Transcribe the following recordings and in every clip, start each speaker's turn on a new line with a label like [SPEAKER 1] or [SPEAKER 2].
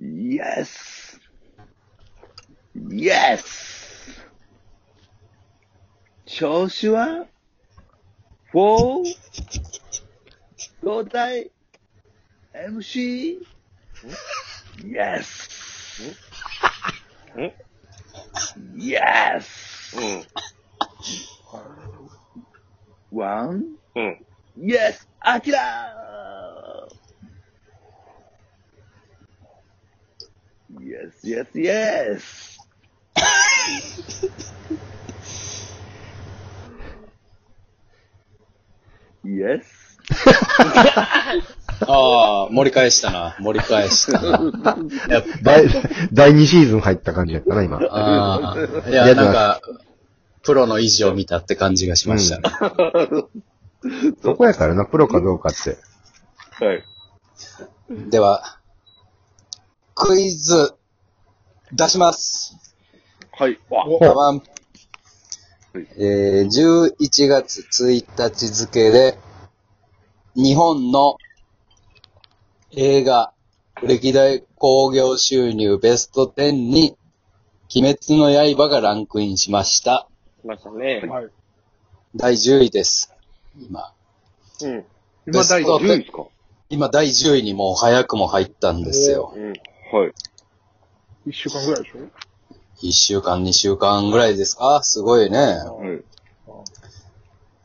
[SPEAKER 1] Yes! Yes! 調子はフォー胴体 ?MC? Yes!
[SPEAKER 2] ん
[SPEAKER 1] Yes! ワン
[SPEAKER 2] うん。うん。
[SPEAKER 1] Yes! アキラ !Yes, yes, yes! イエス
[SPEAKER 3] ああ、盛り返したな。盛り返したな。やっぱ、
[SPEAKER 4] 第、第2シーズン入った感じやったな、今。
[SPEAKER 3] ああ、いや、なんか、プロの意地を見たって感じがしましたね。
[SPEAKER 4] そこやからな、プロかどうかって。
[SPEAKER 2] はい。
[SPEAKER 3] では、クイズ、出します。
[SPEAKER 1] はい。わ
[SPEAKER 3] ババン
[SPEAKER 1] はい。
[SPEAKER 3] えー、11月1日付で、日本の映画、歴代興行収入ベスト10に、鬼滅の刃がランクインしました。
[SPEAKER 2] 来ましたね。
[SPEAKER 5] はい。
[SPEAKER 3] 第10位です。今。
[SPEAKER 2] うん。
[SPEAKER 3] ベ
[SPEAKER 5] 今
[SPEAKER 3] スト
[SPEAKER 5] 第
[SPEAKER 3] 10
[SPEAKER 5] 10位ですか
[SPEAKER 3] 今第10位にもう早くも入ったんですよ。
[SPEAKER 2] うん。はい。
[SPEAKER 5] 一週間ぐらいでしょ
[SPEAKER 3] 1週間、2週間ぐらいですかすごいね。
[SPEAKER 2] はい。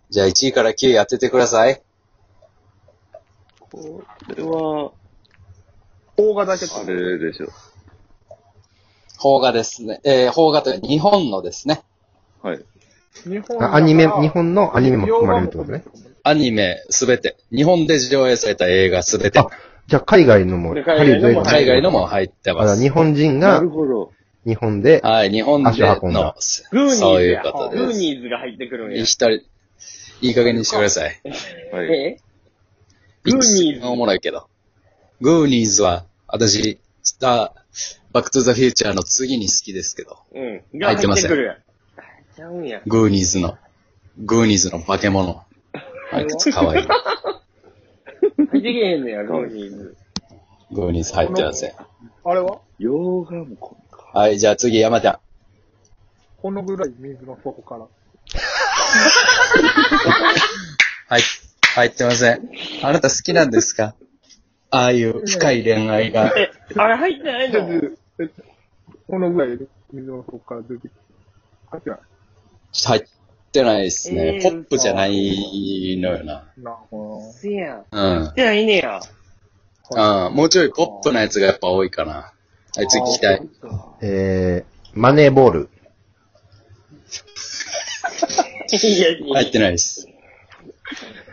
[SPEAKER 3] じゃあ1位から9位当ててください。
[SPEAKER 2] これは、
[SPEAKER 5] 邦画だけ
[SPEAKER 2] あ
[SPEAKER 5] と。
[SPEAKER 2] れでしょ。
[SPEAKER 3] 邦画ですね。えー、邦画というか日本のですね。
[SPEAKER 2] はい。
[SPEAKER 5] 日本だから
[SPEAKER 4] あアニメ、日本のアニメも含まれるってことね。。
[SPEAKER 3] アニメすべて。日本で上映された映画すべて
[SPEAKER 4] あ。じゃあ海外のも、
[SPEAKER 2] で
[SPEAKER 4] ハリウッド映画
[SPEAKER 3] 海外のも入ってま
[SPEAKER 4] あ
[SPEAKER 3] す。
[SPEAKER 4] 日本人
[SPEAKER 2] な
[SPEAKER 4] が
[SPEAKER 2] るほど。
[SPEAKER 4] 日本で、
[SPEAKER 3] はい、日本で
[SPEAKER 4] 足運ん
[SPEAKER 3] の
[SPEAKER 4] だ、
[SPEAKER 3] そう
[SPEAKER 6] グーニーズや
[SPEAKER 3] そういうこと
[SPEAKER 6] グ
[SPEAKER 3] で
[SPEAKER 6] ー
[SPEAKER 3] す。
[SPEAKER 6] ニーズが入ってくるんや
[SPEAKER 3] 一。人、いい加減にしてください。
[SPEAKER 2] はい。
[SPEAKER 6] えグーニーズ
[SPEAKER 3] おもろいけど。グーニーズは、私、スター、バックトゥザフューチャーの次に好きですけど。
[SPEAKER 6] うん。
[SPEAKER 3] 入
[SPEAKER 6] が
[SPEAKER 3] って
[SPEAKER 6] 入
[SPEAKER 3] ま
[SPEAKER 6] っ
[SPEAKER 3] せん
[SPEAKER 6] てくるやん。入っちゃうんや。
[SPEAKER 3] グーニーズの、グーニーズの化け物。あいつかわいい。
[SPEAKER 6] 入ってけへんねや、グーニーズ。
[SPEAKER 3] グーニーズ入ってません。
[SPEAKER 5] あれは
[SPEAKER 2] 洋画もこんか。
[SPEAKER 3] はい、じゃあ次、山ちゃん。
[SPEAKER 5] このぐらい水の底から。
[SPEAKER 3] はい、入ってません。あなた好きなんですかああいう深い恋愛が。
[SPEAKER 6] え、あれ入ってないの
[SPEAKER 5] このぐらい水の底から出てきて。あ違う
[SPEAKER 3] 入ってないですね。
[SPEAKER 6] え
[SPEAKER 3] ポ
[SPEAKER 6] ー
[SPEAKER 3] ップじゃないのよな。
[SPEAKER 5] なあの
[SPEAKER 6] せやん。
[SPEAKER 3] うん
[SPEAKER 6] 入っ。てないねや。
[SPEAKER 3] ああもうちょいポップなやつがやっぱ多いかな。はい、次聞きたい。
[SPEAKER 4] えー、マネーボール。
[SPEAKER 6] いやいや
[SPEAKER 3] 入ってないです。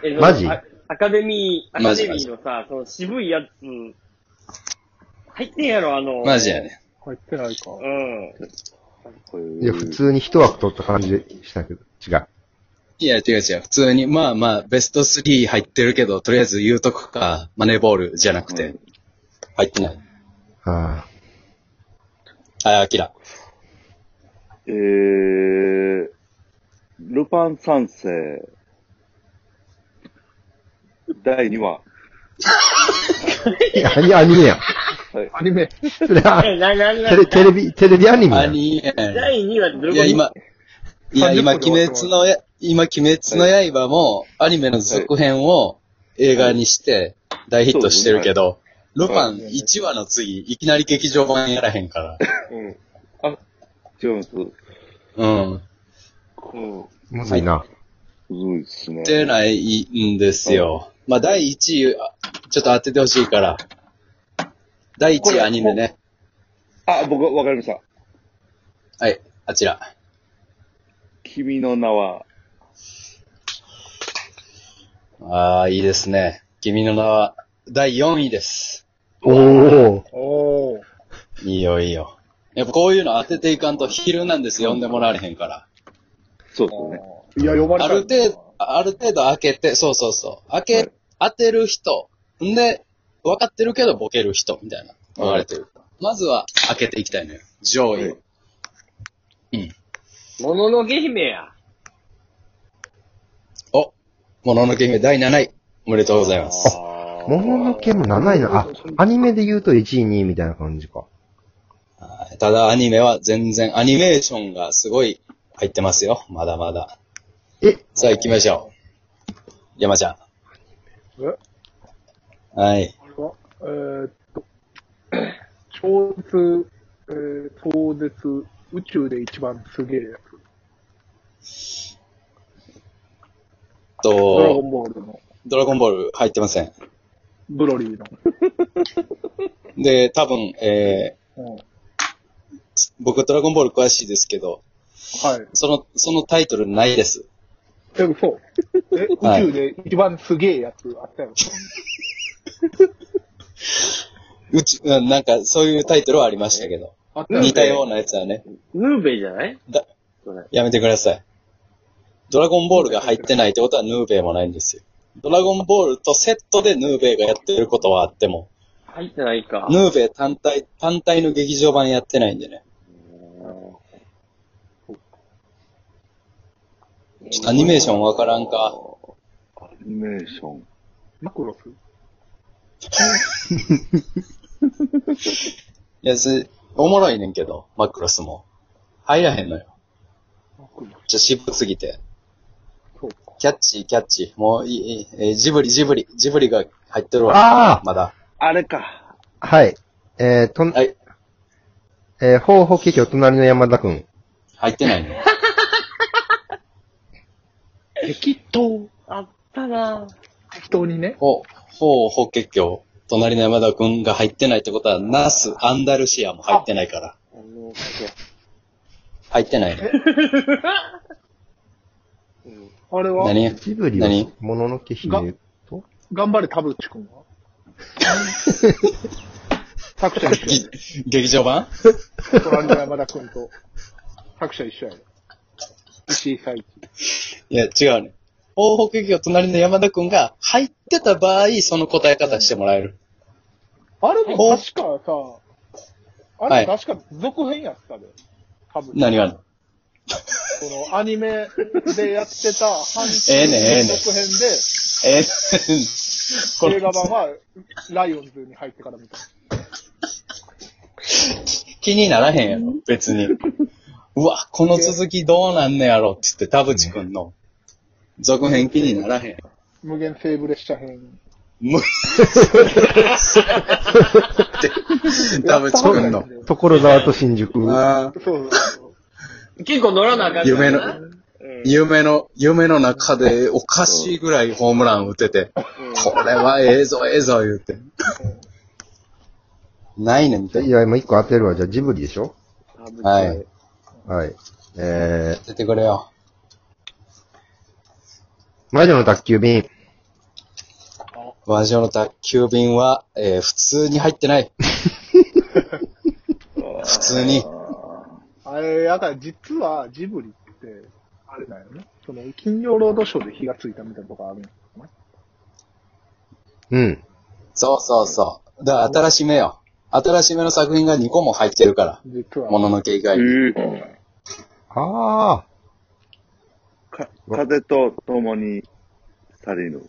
[SPEAKER 6] え
[SPEAKER 4] マジ
[SPEAKER 6] そのあアカデミー、ア
[SPEAKER 3] マ
[SPEAKER 6] カ
[SPEAKER 3] ジ
[SPEAKER 6] デミーのさ、その渋いやつ、入ってんやろ、あの。
[SPEAKER 3] マジや。ね。
[SPEAKER 5] 入ってないか。
[SPEAKER 6] うん。
[SPEAKER 2] こういう
[SPEAKER 4] いや、普通に一枠取った感じでしたけど、違う。
[SPEAKER 3] いや、違う違う。普通に、まあまあ、ベスト3入ってるけど、とりあえず言うとくか、マネーボールじゃなくて。
[SPEAKER 2] うん
[SPEAKER 3] 入ってない。
[SPEAKER 4] あ
[SPEAKER 3] あ、アキラ。
[SPEAKER 2] えー、ルパン三世、第2話。
[SPEAKER 4] ーいやアニアニメやん。
[SPEAKER 5] アニメ。
[SPEAKER 4] それは、
[SPEAKER 6] え、な、な、な
[SPEAKER 4] テレ、テレビ、テレビアニメ
[SPEAKER 3] ア
[SPEAKER 4] やん。
[SPEAKER 3] ニメ。
[SPEAKER 6] 第2話どう
[SPEAKER 3] いや、
[SPEAKER 6] いうこ
[SPEAKER 3] 今、いや、今、
[SPEAKER 5] 30分
[SPEAKER 3] 鬼
[SPEAKER 5] で終わってます
[SPEAKER 3] 滅のや、今、鬼滅の刃も、アニメの続編を映画にして、大ヒットしてるけど、ルパン1話の次、いきなり劇場版やらへんから。
[SPEAKER 2] うん。あ、違います。う
[SPEAKER 3] うん。
[SPEAKER 2] ん。
[SPEAKER 4] むずいな。
[SPEAKER 2] そうですね。
[SPEAKER 3] 出ないんですよ。まあ、第1位、あちょっと当ててほしいから。第1位アニメね。
[SPEAKER 2] あ、僕わかりました。
[SPEAKER 3] はい、あちら。
[SPEAKER 2] 君の名は、
[SPEAKER 3] ああ、いいですね。君の名は、第4位です。
[SPEAKER 4] おー。
[SPEAKER 5] おー。
[SPEAKER 3] いいよ、いいよ。やっぱこういうの当てていかんと、昼なんです、呼んでもらわれへんから。
[SPEAKER 2] そうですよね。
[SPEAKER 5] いや、呼ばれ
[SPEAKER 3] あ
[SPEAKER 5] た
[SPEAKER 3] る程度、ある程度開けて、そうそうそう。開け、
[SPEAKER 2] はい
[SPEAKER 3] 当てる人。んで、分かってるけどボケる人、みたいな。分かれてる。まずは開けていきたいのよ。上位を。
[SPEAKER 2] はい
[SPEAKER 6] ともののけ姫や。
[SPEAKER 3] お、もののけ姫第7位。おめでとうございます。
[SPEAKER 2] あ
[SPEAKER 4] 桃の剣も7位な、あ、アニメで言うと1位、2位みたいな感じか。
[SPEAKER 3] はいただアニメは全然、アニメーションがすごい入ってますよ。まだまだ。
[SPEAKER 4] え
[SPEAKER 3] さあ行きましょう。山ちゃ
[SPEAKER 5] え
[SPEAKER 3] ん。はい。
[SPEAKER 5] は、えーっと、 超絶、えー、超絶、宇宙で一番すげえやつ。ドラゴ
[SPEAKER 3] と、
[SPEAKER 5] ンボールの、
[SPEAKER 3] ドラゴンボール入ってません。
[SPEAKER 5] ブロリーの。
[SPEAKER 3] で、多分、え
[SPEAKER 5] うん、はい。
[SPEAKER 3] ー、僕ドラゴンボール詳しいですけど、その、そのタイトルないです。
[SPEAKER 5] え、嘘。え、宇
[SPEAKER 3] はい
[SPEAKER 5] 宙で一番すげえやつあったよ。
[SPEAKER 3] うち、うんなんかそういうタイトルはありましたけど、
[SPEAKER 5] あったよ。
[SPEAKER 3] 似たようなやつはね、
[SPEAKER 6] ヌーベイじゃない
[SPEAKER 3] だ
[SPEAKER 6] それ
[SPEAKER 3] やめてください。ドラゴンボールが入ってないってことはヌーベイもないんですよ。ドラゴンボールとセットでヌーベイがやってることはあっても、
[SPEAKER 6] 入ってないか。
[SPEAKER 3] ヌーベイ単体、単体の劇場版やってないんでね。ちょっとアニメーションわからんか。
[SPEAKER 2] アニメーション。
[SPEAKER 5] マクロス。
[SPEAKER 3] いや、す、おもろいねんけど、マクロスも。入らへんのよ。
[SPEAKER 5] マクロ
[SPEAKER 3] ちょ、渋すぎて。
[SPEAKER 5] ス。そうか。
[SPEAKER 3] キャッチー、キャッチー。もういい、いいえージブリ、ジブリ、ジブリが入ってるわ
[SPEAKER 4] あ。ー
[SPEAKER 3] まだ。
[SPEAKER 2] あれか。
[SPEAKER 4] はい。えー、と、
[SPEAKER 3] はい。
[SPEAKER 4] えー、ほうほうけきお隣の山田くん。
[SPEAKER 3] 入ってないの。
[SPEAKER 6] 適当。あったな
[SPEAKER 5] 適当にね。
[SPEAKER 3] ほう、ほう、法華経、隣の山田くんが入ってないってことは、ナース、アンダルシアも入ってないから。
[SPEAKER 6] あの、
[SPEAKER 3] 入ってないね。
[SPEAKER 5] あれは、
[SPEAKER 3] 何
[SPEAKER 4] ジブリは
[SPEAKER 3] 何、
[SPEAKER 4] もののけ姫と、
[SPEAKER 5] 頑張れ田淵くんは作者一緒や
[SPEAKER 3] ぎ 劇場版
[SPEAKER 5] で。トランジャ山田くんと、作者一緒やで。石井最一。
[SPEAKER 3] いや、違うね。法華経、隣の山田くんが入ってた場合、その答え方してもらえる。
[SPEAKER 5] あれも確かさ、あ
[SPEAKER 3] は
[SPEAKER 5] れ
[SPEAKER 3] い
[SPEAKER 5] 確か続編やったで。多分。
[SPEAKER 3] 何があるの
[SPEAKER 5] そのアニメでやってた半
[SPEAKER 3] ええねええね
[SPEAKER 5] 続編
[SPEAKER 3] えー これ
[SPEAKER 5] で、映画版はライオンズに入ってからみたい
[SPEAKER 3] 気にならへんやろ、別に。 うわ、この続きどうなんねやろって言って、田淵くんの続編気にならへん。
[SPEAKER 5] な。無限セーブ列車編。
[SPEAKER 3] もう、 田淵く んの。
[SPEAKER 4] 所沢と新宿。
[SPEAKER 3] ああ、
[SPEAKER 5] そうそう
[SPEAKER 6] 結構乗らなあかんからな
[SPEAKER 3] 夢の夢の、夢の中でおかしいぐらいホームラン打てて、これはええぞええぞ言うて。ないねんて
[SPEAKER 4] い。や、今1個当てるわ。じゃあジブリでしょ
[SPEAKER 3] はい。
[SPEAKER 4] はい。えー、
[SPEAKER 3] 出てくれよ。
[SPEAKER 4] 魔女の宅急便。
[SPEAKER 3] 和上の宅急便は、えー普通に入ってない。普通に。
[SPEAKER 5] あれ、だから実はジブリって、あれだよね。その、金曜ロードショーで火がついたみたいなとこあるんやろな
[SPEAKER 4] うん。
[SPEAKER 3] そうそうそう。だから新しめよ。新しめの作品が2個も入ってるか
[SPEAKER 5] 実
[SPEAKER 3] ら。
[SPEAKER 5] は。
[SPEAKER 3] もののけ以外
[SPEAKER 2] え
[SPEAKER 3] に。
[SPEAKER 2] ー、
[SPEAKER 4] あ
[SPEAKER 2] か風と共に去りぬ。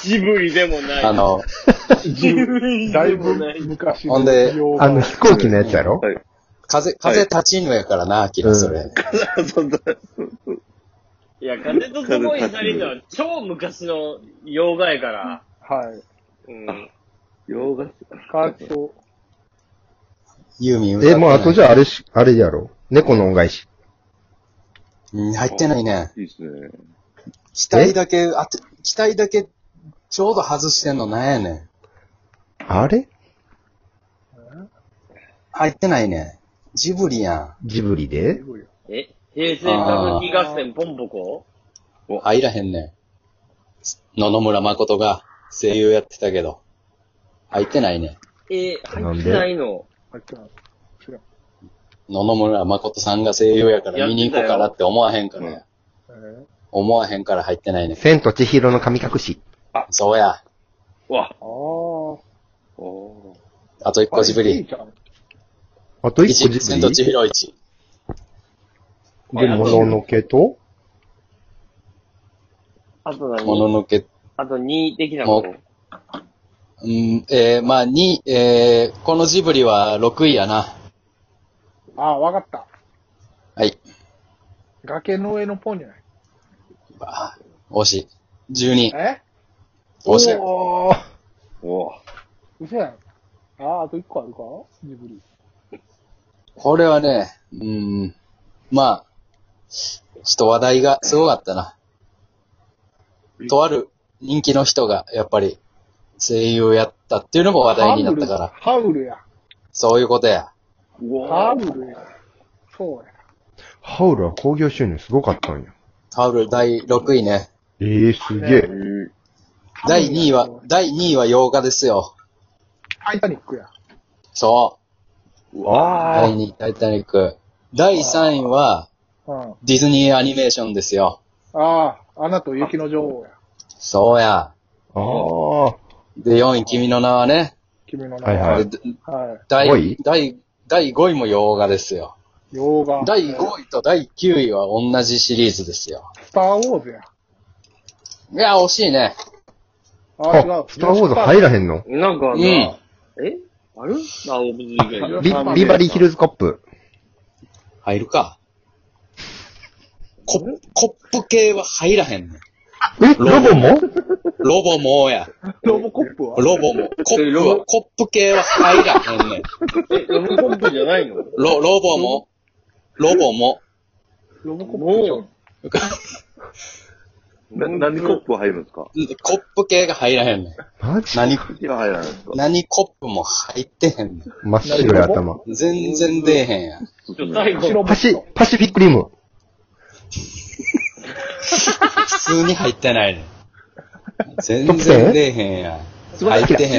[SPEAKER 6] ジブリでもない。
[SPEAKER 3] あの、
[SPEAKER 6] ジブリ
[SPEAKER 5] だ
[SPEAKER 6] で
[SPEAKER 5] い
[SPEAKER 6] も
[SPEAKER 5] ぶ
[SPEAKER 6] ない。
[SPEAKER 5] 昔
[SPEAKER 3] ほん
[SPEAKER 5] の
[SPEAKER 3] で
[SPEAKER 5] 洋
[SPEAKER 4] あ、あ
[SPEAKER 5] 画
[SPEAKER 4] の飛行機のやつやろ
[SPEAKER 2] はい。
[SPEAKER 3] 風、風立ちぬやからな、アキラ、それ。
[SPEAKER 2] そうそうそう
[SPEAKER 6] いや、風と共に去りぬは超昔の洋画やから。
[SPEAKER 5] はい。
[SPEAKER 6] うん。
[SPEAKER 2] 洋画っす
[SPEAKER 5] カーチと、
[SPEAKER 3] ユーミン歌って
[SPEAKER 4] え、
[SPEAKER 3] ない
[SPEAKER 4] もうあとじゃああれし、あれやろ猫の恩返し。
[SPEAKER 3] うん、入ってないね。
[SPEAKER 2] いいっすね。
[SPEAKER 3] 期待だけ、あて、期待だけ、ちょうど外してんのなんやねん。
[SPEAKER 4] あれ
[SPEAKER 3] 入ってないね。ジブリや
[SPEAKER 4] ジブリで
[SPEAKER 5] ジブリ
[SPEAKER 6] え平成歌舞伎合戦ポンポコ
[SPEAKER 3] ん。入らへんねん。野々村誠が声優やってたけど。入ってないね。
[SPEAKER 6] え、入っ
[SPEAKER 4] ん
[SPEAKER 6] て
[SPEAKER 4] で
[SPEAKER 6] ないの
[SPEAKER 5] あちゃん知らん。
[SPEAKER 3] 野々村誠さんが声優やから見に行こうかなって思わへんからや。
[SPEAKER 5] えー
[SPEAKER 3] 思わへんから入ってないね。
[SPEAKER 4] 千と千尋の神隠し。
[SPEAKER 3] そうや。
[SPEAKER 2] わ、
[SPEAKER 5] あー
[SPEAKER 2] おー
[SPEAKER 3] あと一個ジブ
[SPEAKER 5] いい
[SPEAKER 3] リ。
[SPEAKER 5] じゃん
[SPEAKER 4] あと一
[SPEAKER 3] 一、
[SPEAKER 4] 個ジ
[SPEAKER 3] 千
[SPEAKER 4] ブ
[SPEAKER 3] と
[SPEAKER 4] リ
[SPEAKER 3] 千尋一。
[SPEAKER 4] で、もののけと
[SPEAKER 6] あと何
[SPEAKER 3] もののけ
[SPEAKER 6] あと2的なこと
[SPEAKER 3] も。うん、えー、まあ、2、えー、このジブリは6位やな。
[SPEAKER 5] ああ、わかった。
[SPEAKER 3] はい。
[SPEAKER 5] 崖の上のポニョや。
[SPEAKER 3] あ惜しい。12。
[SPEAKER 5] え
[SPEAKER 3] 惜しい。
[SPEAKER 5] おー
[SPEAKER 1] おぉ。
[SPEAKER 5] 嘘やん。ああ、あと1個あるかジブリ。
[SPEAKER 3] これはね、うん、まあ、ちょっと話題がすごかったな。とある人気の人が、やっぱり、声優やったっていうのも話題になったから、
[SPEAKER 5] ハウルや。
[SPEAKER 3] そういうことや。
[SPEAKER 5] ハウルや。そうや。
[SPEAKER 4] ハウルは興行収入すごかったんや。
[SPEAKER 3] ハウル第6位ね。
[SPEAKER 4] ええすげえ。
[SPEAKER 3] 第2位は、第2位は8日ですよ。
[SPEAKER 5] タイタニックや。
[SPEAKER 3] そう。
[SPEAKER 4] あ
[SPEAKER 3] 第2位、タイタニック。第3位は、
[SPEAKER 5] うん。
[SPEAKER 3] ディズニーアニメーションですよ。
[SPEAKER 5] ああ、アナと雪の女王や。
[SPEAKER 3] そうや。
[SPEAKER 4] あ。ああ。
[SPEAKER 3] で、4位、君の名はね。
[SPEAKER 5] 君の名。
[SPEAKER 4] はいはいい。
[SPEAKER 3] で
[SPEAKER 5] は
[SPEAKER 3] 第
[SPEAKER 4] 五位
[SPEAKER 3] 第第5位も洋画ですよ。
[SPEAKER 5] い。洋画。
[SPEAKER 3] 第5位と第9位は同じシリーズですよ。
[SPEAKER 5] スターウォーズや。
[SPEAKER 3] いや、惜しいね。
[SPEAKER 5] ああ、違
[SPEAKER 4] あ
[SPEAKER 5] う。、
[SPEAKER 4] スターウォーズ入らへんの
[SPEAKER 6] なんかな、
[SPEAKER 3] うん
[SPEAKER 6] えあれあ、お水以外
[SPEAKER 4] ビビバリーヒルズコップ。
[SPEAKER 3] 入るか。ココップ系は入らへんねん。
[SPEAKER 4] え、ロボも
[SPEAKER 3] ロボもや。
[SPEAKER 5] ロボコップは
[SPEAKER 3] ロボも。コップは、コップ系は入らへんねん。
[SPEAKER 6] え、ロボコンプじゃないの
[SPEAKER 3] ロ、ロボも。ロボも。
[SPEAKER 5] ロボコップちゃう
[SPEAKER 6] もう、
[SPEAKER 2] な、何コップ入るんですか
[SPEAKER 3] コップ系が入らへんねん。
[SPEAKER 4] マジ
[SPEAKER 3] 何、
[SPEAKER 2] 何が入らないんですか
[SPEAKER 3] 何コップも入ってへんね
[SPEAKER 4] 真っ白い頭。
[SPEAKER 3] ん。全然出えへんやん。
[SPEAKER 6] ちょ最後、
[SPEAKER 5] 白
[SPEAKER 4] パ
[SPEAKER 5] バ
[SPEAKER 4] シ、パシフィックリム。
[SPEAKER 3] 普通に入ってないねん。全然出えへんやん。入ってへん。